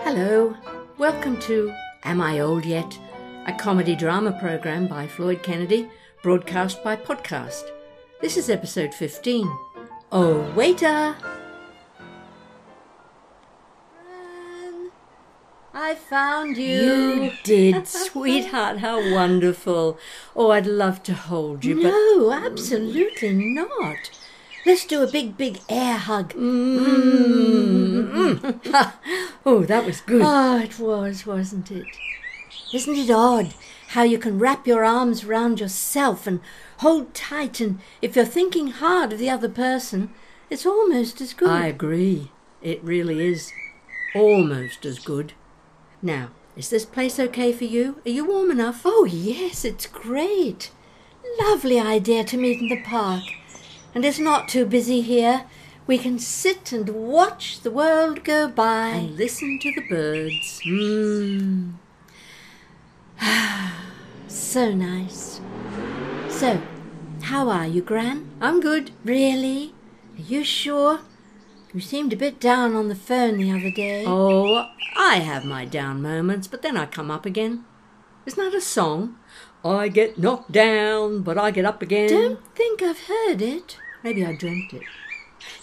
Hello, welcome to Am I Old Yet? A comedy drama program by Floyd Kennedy, broadcast by podcast. This is episode 15. Oh, waiter! Fran, I found you. You did, sweetheart. How wonderful. Oh, I'd love to hold you, but No, absolutely not. Let's do a big, big air hug. Mm. oh, that was good. Oh, it was, wasn't it? Isn't it odd how you can wrap your arms round yourself and hold tight, and if you're thinking hard of the other person, it's almost as good. I agree. It really is almost as good. Now, is this place okay for you? Are you warm enough? Oh, yes, it's great. Lovely idea to meet in the park. And it's not too busy here. We can sit and watch the world go by. And listen to the birds. Mm. So nice. So, how are you, Gran? I'm good. Really? Are you sure? You seemed a bit down on the phone the other day. Oh, I have my down moments, but then I come up again. Isn't that a song? I get knocked down, but I get up again. Don't think I've heard it. Maybe I dreamt it.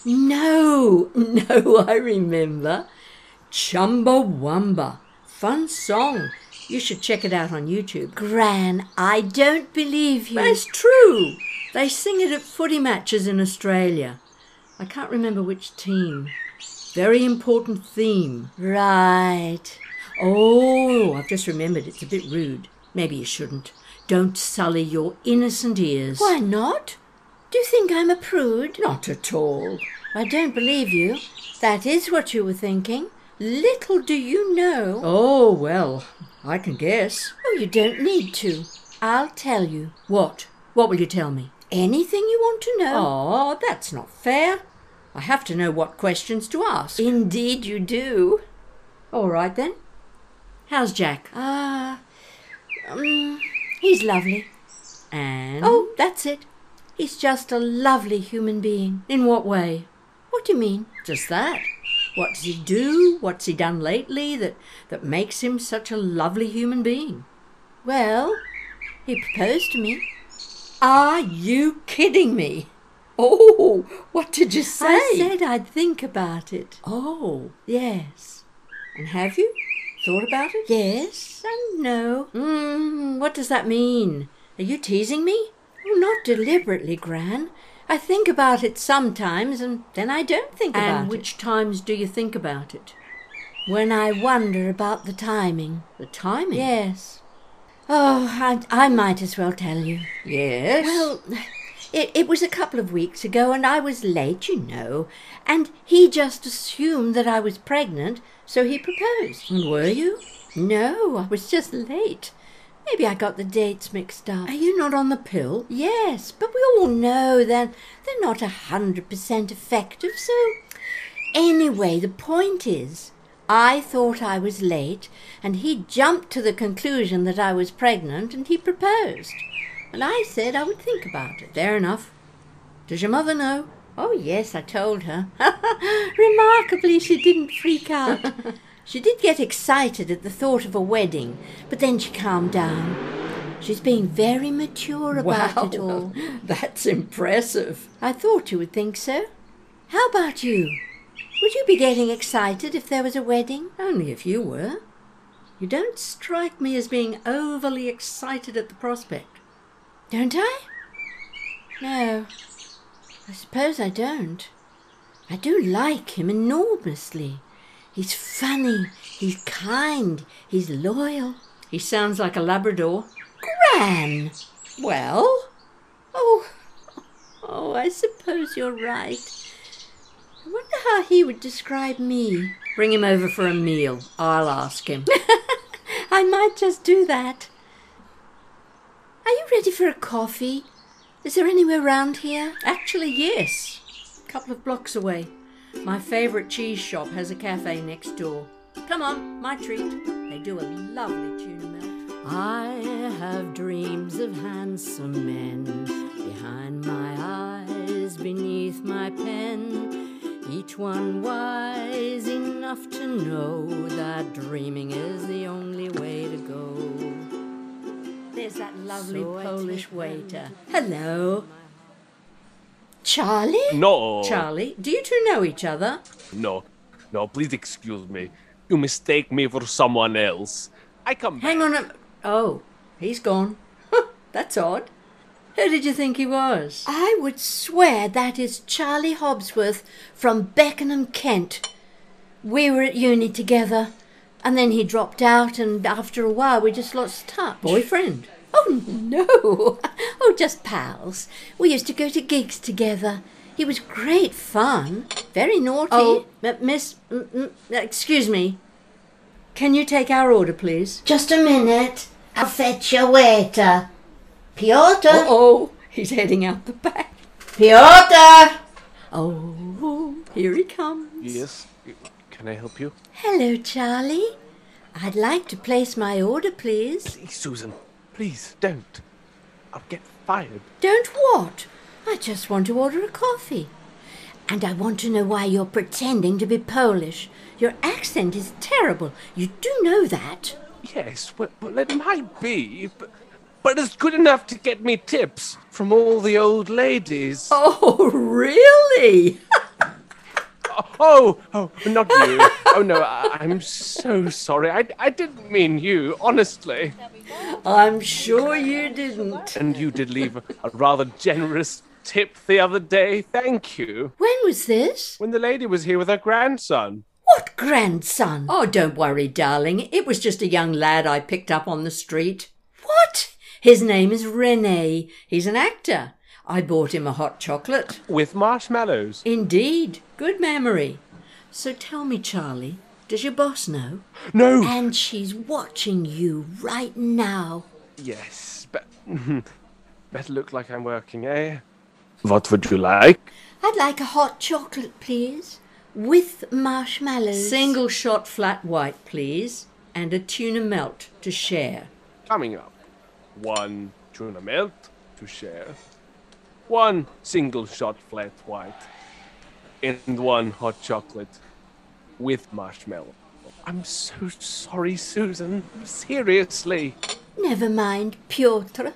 No, no, I remember. Chumbawamba. Fun song. You should check it out on YouTube. Gran, I don't believe you. But it's true. They sing it at footy matches in Australia. I can't remember which team. Very important theme. Right. Oh, I've just remembered it's a bit rude. Maybe you shouldn't. Don't sully your innocent ears. Why not? Do you think I'm a prude? Not at all. I don't believe you. That is what you were thinking. Little do you know. Oh, well, I can guess. Oh, you don't need to. I'll tell you What? What will you tell me? anything you want to know. Oh, that's not fair. I have to know what questions to ask. Indeed, you do. All right then. How's Jack? Ah, um, he's lovely. And Oh, that's it. He's just a lovely human being. in what way? What do you mean? Just that. What does he do? What's he done lately that that makes him such a lovely human being? Well, he proposed to me. Are you kidding me? Oh, what did you say? I said I'd think about it. Oh, Yes. and have you thought about it? Yes and no. Mm, what does that mean? Are you teasing me? Oh, not deliberately, Gran. I think about it sometimes and then I don't think And about which times do you think about it? it. When I wonder about the timing. The timing? Yes. Oh, I, I might as well tell you. Yes. Well, it, it was a couple of weeks ago, and I was late, you know, and he just assumed that I was pregnant, so he proposed. and were you? No, I was just late. Maybe I got the dates mixed up. Are you not on the pill? Yes, but we all know that they're not a hundred percent effective, so anyway, the point is I thought I was late and he jumped to the conclusion that I was pregnant and he proposed. And I said I would think about it. Fair enough. Does your mother know? Oh yes, I told her. Remarkably she didn't freak out. she did get excited at the thought of a wedding, but then she calmed down. She's being very mature about it all. that's impressive. I thought you would think so. How about you? Would you be getting excited if there was a wedding? Only if you were. You don't strike me as being overly excited at the prospect. Don't I? No. I suppose I don't. I do like him enormously. He's funny, he's kind, he's loyal. He sounds like a Labrador. Gran! Well, Oh, oh, I suppose you're right. I wonder how he would describe me. bring him over for a meal. I'll ask him. I might just do that. Are you ready for a coffee? Is there anywhere round here? Actually, yes. A couple of blocks away. My favourite cheese shop has a cafe next door. Come on, my treat. They do a lovely tuna melt. I have dreams of handsome men behind my eyes, beneath my pen. Each one wise enough to know that dreaming is the only way to go. There's that Lovely Polish waiter. Hello. Charlie? No. Charlie, do you two know each other? No. No, please excuse me. You mistake me for someone else. I come back. Hang on a. Oh, he's gone. That's odd. Who did you think he was? I would swear that is Charlie Hobsworth from Beckenham, Kent. We were at uni together, and then he dropped out, and after a while we just lost touch. Boyfriend. Oh no! Oh, just pals. We used to go to gigs together. He was great fun, very naughty. Oh, m- Miss. M- m- excuse me. Can you take our order, please? Just a minute. I'll fetch your waiter. Piotr! Uh oh, he's heading out the back. Piotr! Oh, here he comes. Yes. Can I help you? Hello, Charlie. I'd like to place my order, please. Please, Susan. Please don't. I'll get fired. Don't what? I just want to order a coffee. And I want to know why you're pretending to be Polish. Your accent is terrible. You do know that. Yes, well, well it might be, but, but it's good enough to get me tips from all the old ladies. Oh, Oh, really? oh, not you. oh, no, I, I'm so sorry. I, I didn't mean you, honestly. I'm sure you didn't. And you did leave a rather generous tip the other day. Thank you. When was this? When the lady was here with her grandson. What grandson? Oh, don't worry, darling. It was just a young lad I picked up on the street. What? His name is Rene. He's an actor. I bought him a hot chocolate. With marshmallows. Indeed, good memory. So tell me, Charlie, does your boss know? No! And she's watching you right now. Yes, but. Better look like I'm working, eh? What would you like? I'd like a hot chocolate, please, with marshmallows. Single shot flat white, please, and a tuna melt to share. coming up. One tuna melt to share. One single shot flat white. And one hot chocolate with marshmallow. I'm so sorry, Susan. Seriously. Never mind, Piotr.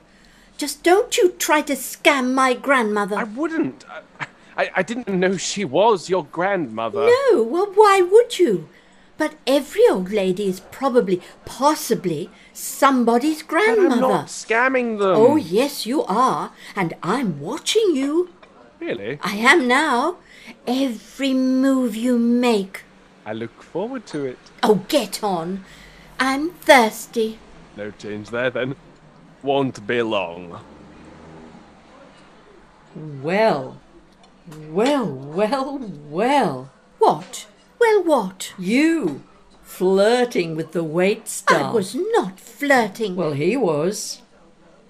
Just don't you try to scam my grandmother. I wouldn't. I, I, I didn't know she was your grandmother. No, well, why would you? But every old lady is probably, possibly, somebody's But grandmother. I'm not scamming them. Oh, yes, you are. And I'm watching you. Really? I am now. Every move you make. I look forward to it. Oh, get on. I'm thirsty. No change there then. Won't be long. Well, well, well, well. What? Well, what? You flirting with the wait I staff. was not flirting. Well, he was.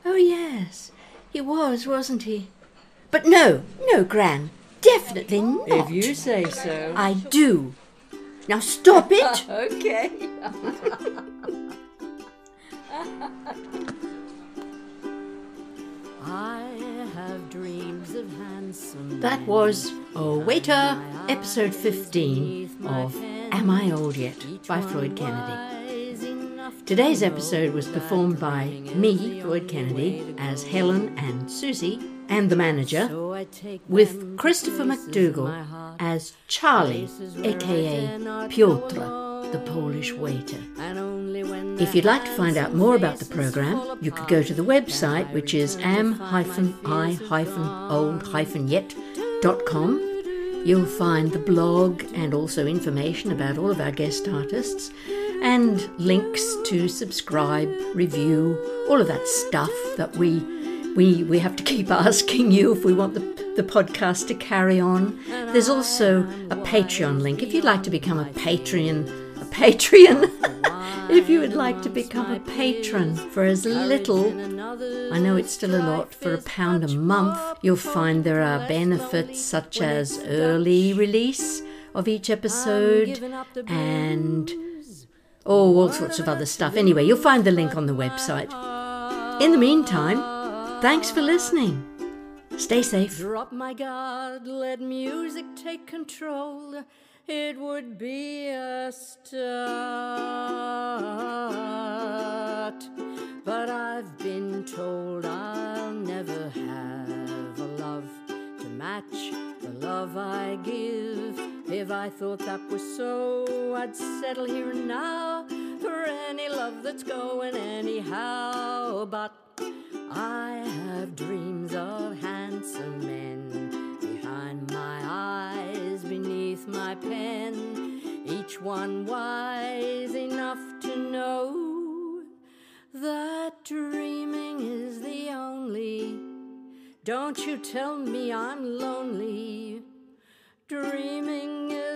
Oh, yes. He was, wasn't he? But no, no, Gran. Definitely not. If you say so. I do. Now stop it. Okay. I have dreams of handsome. That was Oh Waiter, episode 15 of Am I Old Yet by Floyd Kennedy. Today's episode was performed by me, Floyd Kennedy, as Helen and Susie, and the manager, with Christopher McDougall as Charlie, aka Piotr, the Polish waiter. If you'd like to find out more about the program, you could go to the website, which is am-i-old-yet.com. You'll find the blog and also information about all of our guest artists and links to subscribe, review, all of that stuff that we we, we have to keep asking you if we want the, the podcast to carry on. There's also a Patreon link if you'd like to become a Patreon, a Patreon, if you would like to become a patron for as little I know it's still a lot for a pound a month. You'll find there are benefits such as early release of each episode and oh, all sorts of other stuff. Anyway, you'll find the link on the website. In the meantime, thanks for listening. Stay safe. Drop my guard, let music take control. It would be a start. But I've been told I'll never have a love to match the love I give. If I thought that was so, I'd settle here and now for any love that's going anyhow. But I have dreams of handsome men behind my eyes, beneath my pen, each one wise enough to know that dreaming is the only. Don't you tell me I'm lonely. Dreaming is